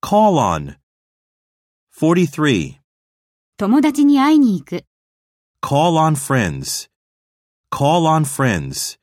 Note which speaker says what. Speaker 1: Call on. 43.
Speaker 2: 友達に会いに行く。
Speaker 1: Call on friends. Call on friends.